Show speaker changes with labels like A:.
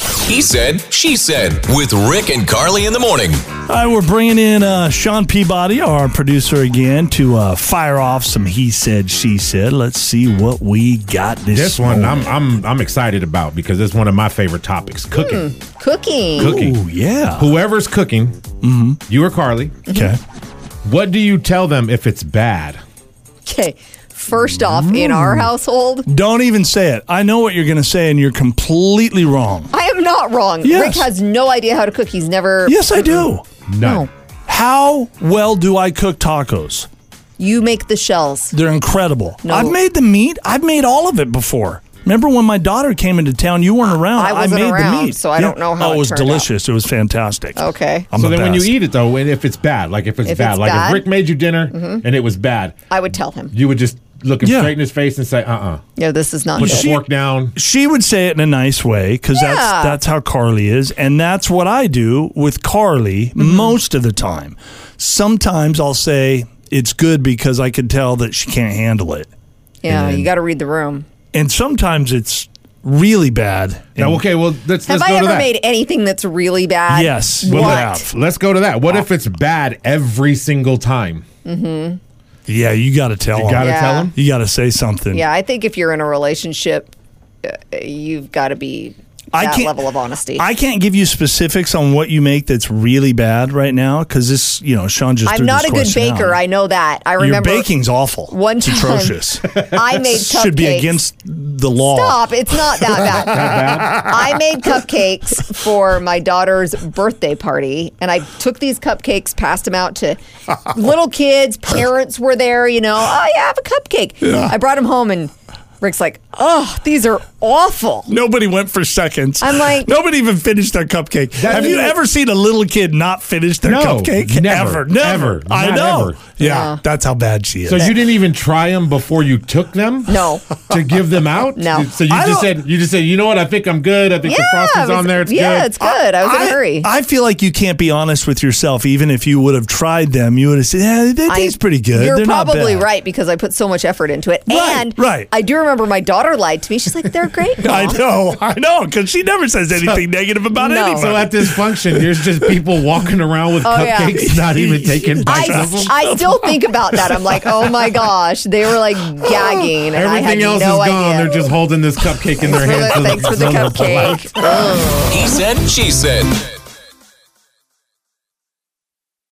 A: He said, she said with Rick and Carly in the morning.
B: All right, we're bringing in uh, Sean Peabody, our producer, again to uh, fire off some he said, she said. Let's see what we got this.
C: This one
B: morning.
C: I'm I'm I'm excited about because it's one of my favorite topics: cooking.
D: Hmm. Cooking.
C: Cooking.
B: Ooh, yeah.
C: Whoever's cooking,
D: Mm-hmm.
C: you or Carly,
B: Okay.
C: what do you tell them if it's bad?
D: Okay. First off, in our
B: Mm.
D: household,
B: Don't even say it. I know what you're going to say, and you're completely wrong.
D: I am not wrong.
B: Yes.
D: Rick has no idea how to cook. He's never.
B: Yes, I do.
C: None.
D: No.
B: How well do I cook tacos?
D: You make the shells.
B: They're incredible.
D: No.
B: I've made the meat. I've made all of it before. Remember when my daughter came into town? You weren't around.
D: I wasn't
B: made the
D: around,
B: meat.
D: so I don't know how
B: Oh, it
D: it
B: was
D: turned out.
B: delicious. It was fantastic.
D: Okay.
B: I'm
C: so
B: the
C: then, when you
B: best.
C: eat it though, and if it's bad, like if it's
D: If
C: bad,
D: it's
C: like
D: bad- Mm-hmm.
C: if Rick made you dinner and it was bad,
D: I would tell him,
C: you would just look him
B: Yeah.
C: straight in his face and say, "Uh, uh
D: no, this is not
C: put
D: good.
C: the fork down."
B: she would say it in a nice way because
D: Yeah.
B: that's that's how Carly is, and that's what I do with Carly
D: Mm-hmm.
B: most of the time. Sometimes I'll say it's good because I can tell that she can't handle it,
D: yeah, you got to read the room.
B: and sometimes it's really bad.
C: Now,
B: And-
C: okay, well let's
D: Have
C: let's go
D: I
C: to
D: ever
C: that.
D: made anything that's really bad?
B: Yes, we
D: What?
B: have.
C: let's go to that. What if it's bad every single time?
B: Yeah, you got to tell
C: You
B: them.
C: gotta
D: Yeah.
C: tell him.
B: You got to say something.
D: Yeah, I think if you're in a relationship, uh, you've got to be
B: I
D: that
B: can't-
D: level of honesty.
B: I can't give you specifics on what you make that's really bad right now because this, you know, Sean just.
D: I'm
B: threw
D: not
B: this
D: a good
B: question
D: baker.
B: Out.
D: I know that. I
B: Your
D: remember
B: baking's awful.
D: one
B: it's
D: time-
B: atrocious.
D: I made cupcakes.
B: Should be against the law.
D: Stop! It's not that bad. I made cupcakes for my daughter's birthday party, and I took these cupcakes, passed them out to little kids. Parents were there, you know. Oh yeah, have a cupcake. I brought them home, and Rick's like, "Oh, these are awful."
B: Nobody went for seconds.
D: I'm like-
B: nobody even finished their cupcake. Have you
C: is-
B: ever seen a little kid not finish their
C: No,
B: cupcake?
C: never,
B: ever, never.
C: ever,
B: I
C: not
B: know.
C: ever.
B: Yeah,
D: Yeah.
B: that's how bad she is.
C: So you didn't even try them before you took them?
D: No.
C: To give them out?
D: No.
C: So you
B: I
C: just
B: don't-
C: said you just said, you know what, I think I'm good. I think the
D: it
C: frosting's
D: was-
C: on there. It's
D: yeah,
C: good.
D: it's good. I was in a hurry.
B: I feel like you can't be honest with yourself. Even if you would have tried them, you would have said, "Yeah, they
D: I-
B: taste pretty good."
D: You're
B: They're not
D: probably
B: bad."
D: right because I put so much effort into it.
B: Right,
D: and
B: right.
D: I do remember my daughter lied to me. She's like, "They're great."
B: I
D: Mom."
B: know, I know, because she never says anything negative about
D: No.
B: anybody.
C: so at this function, there's just people walking around with
D: Oh, yeah.
C: cupcakes, not even taking bites
D: I,
C: of them.
D: I still think about that. I'm like, oh my gosh, they were like gagging. And I had
C: Everything else
D: no
C: is gone.
D: Idea.
C: They're just holding this cupcake in their
D: Thanks for
C: hands.
D: the-
C: and
D: Thanks for the
C: it's on
D: cupcake.
A: He said, she said.